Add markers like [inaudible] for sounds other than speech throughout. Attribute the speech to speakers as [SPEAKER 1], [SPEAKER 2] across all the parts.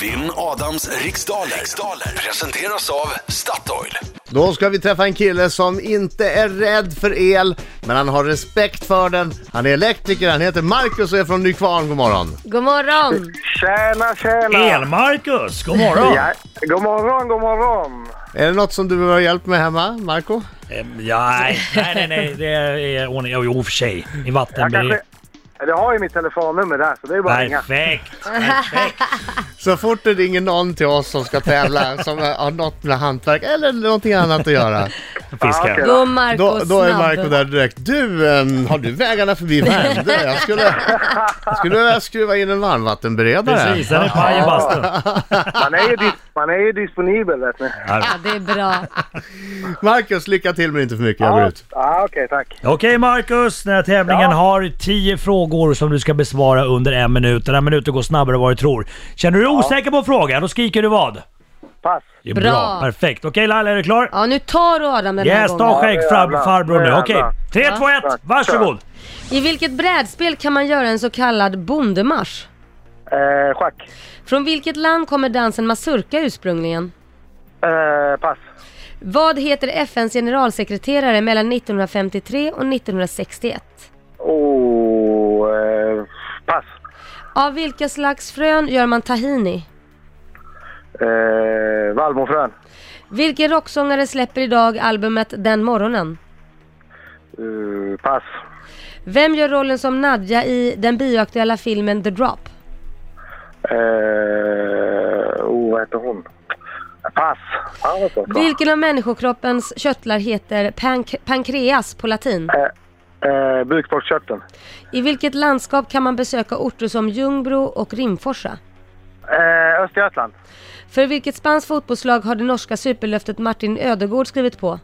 [SPEAKER 1] Vinn Adams riksdaler. riksdaler presenteras av Statoil.
[SPEAKER 2] Då ska vi träffa en kille som inte är rädd för el, men han har respekt för den. Han är elektriker, han heter Marcus och är från Nykvarn. God morgon.
[SPEAKER 3] God morgon!
[SPEAKER 4] Tjena, tjena!
[SPEAKER 5] El-Marcus,
[SPEAKER 4] [laughs]
[SPEAKER 5] god morgon!
[SPEAKER 4] Ja, god morgon, god morgon!
[SPEAKER 2] Är det något som du behöver hjälp med hemma, Marco?
[SPEAKER 5] Ehm, ja, nej, nej, nej, nej, det är ordning. Jo, jo, för sig. I
[SPEAKER 4] Jag
[SPEAKER 5] vattenbil.
[SPEAKER 4] kanske... Du har ju mitt telefonnummer där, så det är bara att ringa.
[SPEAKER 5] Perfekt! Perfekt!
[SPEAKER 2] Så fort det ringer någon till oss som ska tävla, som har något med hantverk eller någonting annat att göra,
[SPEAKER 4] Ja, Ah, okej
[SPEAKER 5] Fiskar.
[SPEAKER 4] då.
[SPEAKER 3] Då är Marco
[SPEAKER 2] då, då är
[SPEAKER 3] snabb.
[SPEAKER 2] Marco där direkt. Du, em, har du vägarna förbi Värmdö? Jag skulle, jag skulle behöva skruva in en varmvattenberedare.
[SPEAKER 5] Precis, den är paj i bastun.
[SPEAKER 4] Man är ju, dis... man är ju disponibel, vet ni.
[SPEAKER 3] Ja, det är bra.
[SPEAKER 2] Marcus, lycka till men inte för mycket. Jag går
[SPEAKER 4] Ja,
[SPEAKER 2] ut.
[SPEAKER 4] ja, ah, okej, tack.
[SPEAKER 5] Okej Marcus, den här tävlingen
[SPEAKER 4] Ja.
[SPEAKER 5] har 10 frågor som du ska besvara under en minut. Den här minuten går snabbare än vad du tror. Känner du dig osäker på en fråga, då skriker du vad?
[SPEAKER 4] Pass.
[SPEAKER 5] Det är
[SPEAKER 3] Bra.
[SPEAKER 5] Perfekt. Okej Laila, är du klar?
[SPEAKER 3] Ja, nu tar du Adam den här
[SPEAKER 5] Yes,
[SPEAKER 3] gången.
[SPEAKER 5] ta skägg
[SPEAKER 4] Ja,
[SPEAKER 5] fram
[SPEAKER 4] jävlar.
[SPEAKER 5] farbror nu.
[SPEAKER 4] Ja,
[SPEAKER 5] Okej,
[SPEAKER 4] jävlar.
[SPEAKER 5] 3, 2, 1,
[SPEAKER 4] Tack.
[SPEAKER 5] varsågod!
[SPEAKER 3] I vilket brädspel kan man göra en så kallad bondemarsch?
[SPEAKER 4] Eh, schack.
[SPEAKER 3] Från vilket land kommer dansen mazurka ursprungligen?
[SPEAKER 4] Eh, pass.
[SPEAKER 3] Vad heter FNs generalsekreterare mellan 1953 och 1961?
[SPEAKER 4] Oh, eh, pass.
[SPEAKER 3] Av vilka slags frön gör man tahini?
[SPEAKER 4] Eh, Vallmofrön.
[SPEAKER 3] Vilken rocksångare släpper idag albumet Den morgonen?
[SPEAKER 4] Eh, pass.
[SPEAKER 3] Vem gör rollen som Nadja i den bioaktuella filmen The Drop?
[SPEAKER 4] Eh, oh, vad heter hon? Pass. Ja, vad svårt. va?
[SPEAKER 3] Vilken av människokroppens köttlar heter pank- pankreas på latin?
[SPEAKER 4] Eh, Bukspottkörteln.
[SPEAKER 3] I vilket landskap kan man besöka orter som Ljungbro och Rimforsa?
[SPEAKER 4] Eh, Östergötland.
[SPEAKER 3] För vilket spanskt fotbollslag har det norska superlöftet Martin Ödegård skrivit på?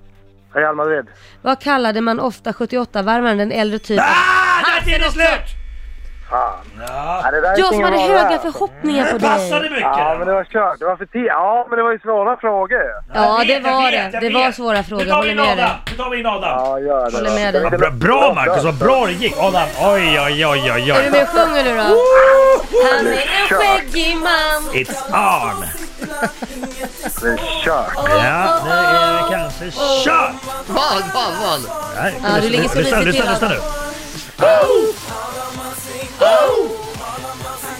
[SPEAKER 4] Real Madrid.
[SPEAKER 3] Vad kallade man ofta 78-värmaren den äldre typen?
[SPEAKER 5] Ah, där är det slut!
[SPEAKER 4] Fan. Ja, det där är
[SPEAKER 3] Jag som
[SPEAKER 4] ingen
[SPEAKER 3] hade
[SPEAKER 4] bra
[SPEAKER 3] höga
[SPEAKER 4] där.
[SPEAKER 3] förhoppningar på
[SPEAKER 5] Passade
[SPEAKER 3] dig!
[SPEAKER 5] mycket!
[SPEAKER 4] Ja, men det var kört. Det var för tid. Ja, men det var ju svåra frågor.
[SPEAKER 3] Ja,
[SPEAKER 5] Jag
[SPEAKER 3] det
[SPEAKER 5] vet, jag
[SPEAKER 3] var
[SPEAKER 5] vet,
[SPEAKER 3] det.
[SPEAKER 5] jag
[SPEAKER 3] Det var
[SPEAKER 5] vet.
[SPEAKER 3] svåra
[SPEAKER 5] Nu
[SPEAKER 3] frågor,
[SPEAKER 5] tar
[SPEAKER 3] jag
[SPEAKER 5] vi
[SPEAKER 3] håller
[SPEAKER 5] in
[SPEAKER 3] med dig.
[SPEAKER 5] Adam! Nu tar vi in Adam!
[SPEAKER 4] Ja, gör det.
[SPEAKER 3] Håller med dig.
[SPEAKER 5] Bra, bra Marcus, vad bra det gick! Adam, oj, oj, oj, oj,
[SPEAKER 3] Är du
[SPEAKER 5] oj.
[SPEAKER 3] med och sjunger nu då? Han är en skäggig man!
[SPEAKER 5] It's on!
[SPEAKER 4] Det är kört.
[SPEAKER 5] Ja, det är kanske kört!
[SPEAKER 2] Vad, vad, vad?
[SPEAKER 5] Nej,
[SPEAKER 3] Ja, du ligger så
[SPEAKER 5] lyssna,
[SPEAKER 3] risigt
[SPEAKER 5] lyssna,
[SPEAKER 3] till,
[SPEAKER 5] lyssna nu.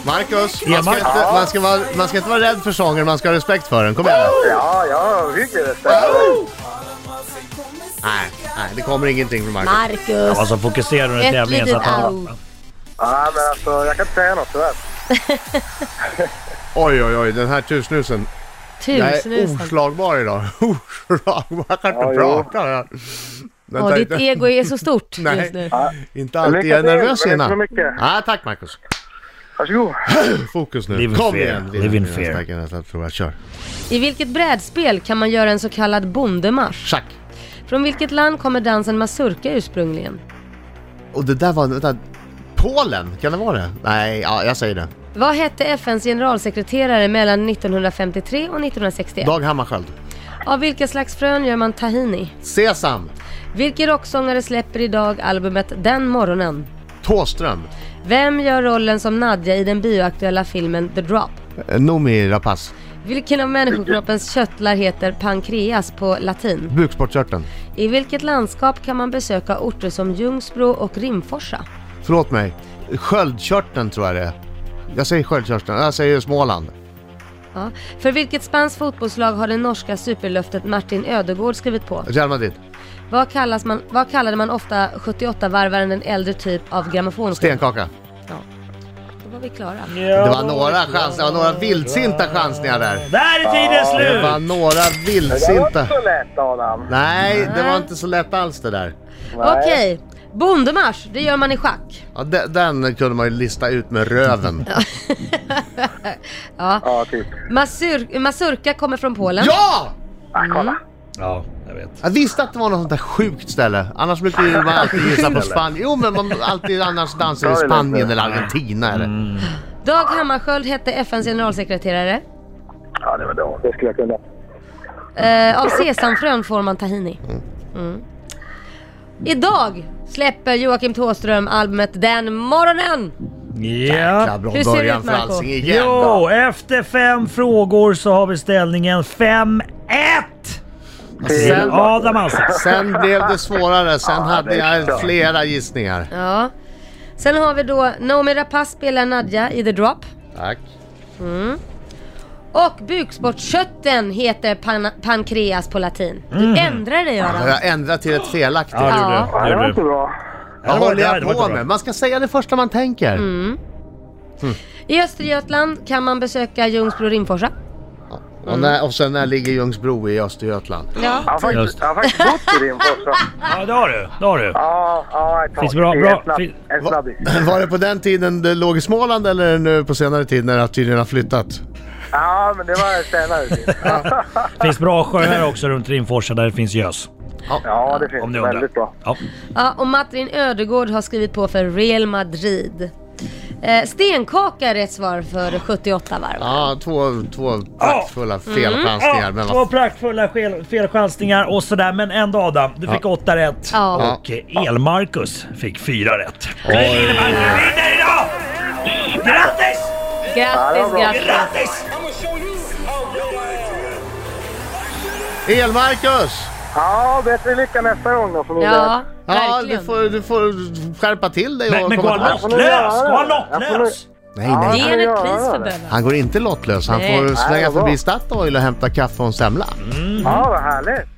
[SPEAKER 2] Marcus,
[SPEAKER 5] Ja,
[SPEAKER 2] man ska,
[SPEAKER 5] Marcus.
[SPEAKER 2] inte, man, ska vara, man ska inte vara rädd för sången, man ska ha respekt för den. Kom igen nu.
[SPEAKER 4] Ja, jag hygger det.
[SPEAKER 2] Nej, nej, det kommer ingenting från Marcus.
[SPEAKER 3] Marcus!
[SPEAKER 5] Alltså fokusera under
[SPEAKER 3] Ett
[SPEAKER 5] tävlingen så att
[SPEAKER 3] litet
[SPEAKER 5] han...
[SPEAKER 3] au.
[SPEAKER 4] Ja, men alltså, jag kan inte säga något tyvärr.
[SPEAKER 2] Oj, oj, oj, den här tusnusen. Jag är
[SPEAKER 3] Tusen
[SPEAKER 2] oslagbar idag. [laughs] Oslagbar, jag kan inte
[SPEAKER 4] Ja, jo. e-
[SPEAKER 2] prata. Jag. Vänta,
[SPEAKER 3] Ja, ditt
[SPEAKER 2] inte,
[SPEAKER 3] ego är så stort
[SPEAKER 2] [laughs] Nej.
[SPEAKER 3] just nu.
[SPEAKER 2] inte alltid
[SPEAKER 4] Lycka
[SPEAKER 2] jag är
[SPEAKER 4] till,
[SPEAKER 2] nervös
[SPEAKER 4] men inte så
[SPEAKER 2] innan.
[SPEAKER 4] mycket.
[SPEAKER 2] Ah, tack Marcus.
[SPEAKER 4] Varsågod.
[SPEAKER 2] Fokus nu.
[SPEAKER 5] Live in
[SPEAKER 2] Kom
[SPEAKER 5] fear.
[SPEAKER 2] igen.
[SPEAKER 5] Live in
[SPEAKER 2] Nästa,
[SPEAKER 5] fear.
[SPEAKER 2] nästa, nästa, tror jag. Kör.
[SPEAKER 3] I vilket brädspel kan man göra en så kallad bondemarsch?
[SPEAKER 2] Schack.
[SPEAKER 3] Från vilket land kommer dansen mazurka ursprungligen?
[SPEAKER 2] Och det där var... Vänta. Polen? Kan det vara det? Nej, ja, jag säger det.
[SPEAKER 3] Vad hette FNs generalsekreterare mellan 1953 och 1961?
[SPEAKER 2] Dag Hammarskjöld.
[SPEAKER 3] Av vilka slags frön gör man tahini?
[SPEAKER 2] Sesam.
[SPEAKER 3] Vilken rocksångare släpper idag albumet Den morgonen?
[SPEAKER 2] Tåström.
[SPEAKER 3] Vem gör rollen som Nadja i den bioaktuella filmen The Drop?
[SPEAKER 2] Eh, Noomi Rapace.
[SPEAKER 3] Vilken av människokroppens köttlar heter pankreas på latin?
[SPEAKER 2] Bukspottkörteln.
[SPEAKER 3] I vilket landskap kan man besöka orter som Ljungsbro och Rimforsa?
[SPEAKER 2] Förlåt mig. Sköldkörteln tror jag det är. Jag säger sköldkörteln. Jag säger Småland.
[SPEAKER 3] Ja. För vilket spanskt fotbollslag har det norska superlöftet Martin Ödegård skrivit på?
[SPEAKER 2] Real Madrid.
[SPEAKER 3] Vad, kallas man, vad kallade man ofta 78-varvaren den äldre typ av grammofonskiva?
[SPEAKER 2] Stenkaka.
[SPEAKER 3] Då var vi klara.
[SPEAKER 2] Det var några chanser. Det var några vildsinta chansningar där.
[SPEAKER 5] Där är tiden
[SPEAKER 2] Det var
[SPEAKER 5] slut!
[SPEAKER 2] några
[SPEAKER 4] Det var inte
[SPEAKER 2] vildsinta.
[SPEAKER 4] så lätt, Adam.
[SPEAKER 2] Nej, det var inte så lätt alls det där.
[SPEAKER 3] Okej, bondemarsch, det gör man i schack.
[SPEAKER 2] Ja, de- den kunde man ju lista ut med röven.
[SPEAKER 4] Ja, typ.
[SPEAKER 3] Masur, masurka kommer från Polen.
[SPEAKER 2] Ja!
[SPEAKER 4] Ja, kolla.
[SPEAKER 5] Ja, jag vet.
[SPEAKER 2] Jag visste att det var något sånt där sjukt ställe. Annars brukar ju man alltid gissa på Spanien. Jo men man alltid annars dansar i Spanien eller Argentina eller...
[SPEAKER 3] Mm. Dag Hammarskjöld hette FNs generalsekreterare.
[SPEAKER 4] Ja, det var då. Det skulle jag kunna.
[SPEAKER 3] Eh, av sesamfrön får man tahini. Mm. Idag släpper Joakim Thåström albumet Den morgonen.
[SPEAKER 5] Ja.
[SPEAKER 2] Jäkla bra
[SPEAKER 3] Hur ser det
[SPEAKER 2] början
[SPEAKER 3] ut,
[SPEAKER 2] för
[SPEAKER 3] Marco?
[SPEAKER 2] Alsing igen.
[SPEAKER 5] Jo, efter fem frågor så har vi ställningen 5-1 till
[SPEAKER 2] Sen,
[SPEAKER 5] Adam alltså. Alsing.
[SPEAKER 2] sen blev det svårare, sen hade
[SPEAKER 4] det är
[SPEAKER 2] jag
[SPEAKER 4] klart.
[SPEAKER 2] flera gissningar.
[SPEAKER 3] Ja. Sen har vi då Naomi Rapace spelar Nadja i The Drop.
[SPEAKER 2] Tack.
[SPEAKER 3] Och bukspottkörteln heter pan- pankreas på latin. Du
[SPEAKER 2] Mm.
[SPEAKER 3] ändrar dig
[SPEAKER 2] Har
[SPEAKER 3] Göran.
[SPEAKER 2] jag ändrat till ett felaktigt?
[SPEAKER 5] Ja, det
[SPEAKER 3] Ja.
[SPEAKER 5] gjorde
[SPEAKER 4] Ja,
[SPEAKER 5] du.
[SPEAKER 4] det
[SPEAKER 5] Det
[SPEAKER 4] var
[SPEAKER 5] gjorde
[SPEAKER 4] inte
[SPEAKER 5] du.
[SPEAKER 4] bra.
[SPEAKER 2] Vad
[SPEAKER 5] var-
[SPEAKER 2] håller
[SPEAKER 5] nej, det
[SPEAKER 2] jag
[SPEAKER 5] var
[SPEAKER 2] på
[SPEAKER 5] inte bra.
[SPEAKER 2] med? Man ska säga det första man tänker.
[SPEAKER 3] Mm. I Östergötland kan man besöka Ljungsbro och Rimforsa.
[SPEAKER 2] Och, när, och sen när ligger Ljungsbro i Östergötland?
[SPEAKER 4] Jag
[SPEAKER 3] Ja.
[SPEAKER 4] har faktiskt, jag har faktiskt bott i Rimforsa.
[SPEAKER 5] Ja, det har du. Det har du.
[SPEAKER 4] Ja, ja, ett tag.
[SPEAKER 5] Finns bra-
[SPEAKER 4] Det är
[SPEAKER 5] bra-
[SPEAKER 4] en snabb-
[SPEAKER 5] fin-
[SPEAKER 4] En snabbis.
[SPEAKER 2] [laughs] Var det på den tiden det låg i Småland eller nu på senare tid när tydligen har flyttat?
[SPEAKER 4] Ja, men det var senare
[SPEAKER 5] [laughs]
[SPEAKER 4] tid.
[SPEAKER 5] Det finns bra sjöar också runt Rimforsa där det finns gös.
[SPEAKER 4] Ja, det
[SPEAKER 5] Om
[SPEAKER 4] finns.
[SPEAKER 5] ni undrar.
[SPEAKER 4] Väldigt bra.
[SPEAKER 5] Ja.
[SPEAKER 3] Ja, och Martin Ödegård har skrivit på för Real Madrid. Eh, stenkaka är rätt svar för 78 varv.
[SPEAKER 2] Ja, två, två praktfulla
[SPEAKER 3] Mm.
[SPEAKER 2] felchansningar. men vad
[SPEAKER 5] Två praktfulla fel, felchansningar och sådär, men ändå Adam, du fick åtta rätt.
[SPEAKER 3] Ja.
[SPEAKER 5] Och eh, El-Marcus fick fyra rätt. Det innebär att du vinner idag! Grattis!
[SPEAKER 3] Grattis, grattis.
[SPEAKER 5] Grattis!
[SPEAKER 2] El-Marcus!
[SPEAKER 4] Ja, bättre lycka nästa gång då förmodligen.
[SPEAKER 3] Ja,
[SPEAKER 2] Ja, du
[SPEAKER 3] verkligen.
[SPEAKER 2] får, du får skärpa till dig
[SPEAKER 5] Men,
[SPEAKER 2] och
[SPEAKER 5] men gå
[SPEAKER 2] komma tillbaka.
[SPEAKER 5] lottlös! Gå lottlös!
[SPEAKER 2] Nej,
[SPEAKER 3] Ge
[SPEAKER 2] nej.
[SPEAKER 3] henne ett
[SPEAKER 4] Ja,
[SPEAKER 3] pris
[SPEAKER 4] ja.
[SPEAKER 3] för bönan.
[SPEAKER 2] Han går inte lottlös. Han
[SPEAKER 3] Nej.
[SPEAKER 2] får
[SPEAKER 4] Nej,
[SPEAKER 2] slänga
[SPEAKER 4] vad bra.
[SPEAKER 2] förbi Statoil och hämta kaffe och en semla.
[SPEAKER 4] Ja, vad härligt.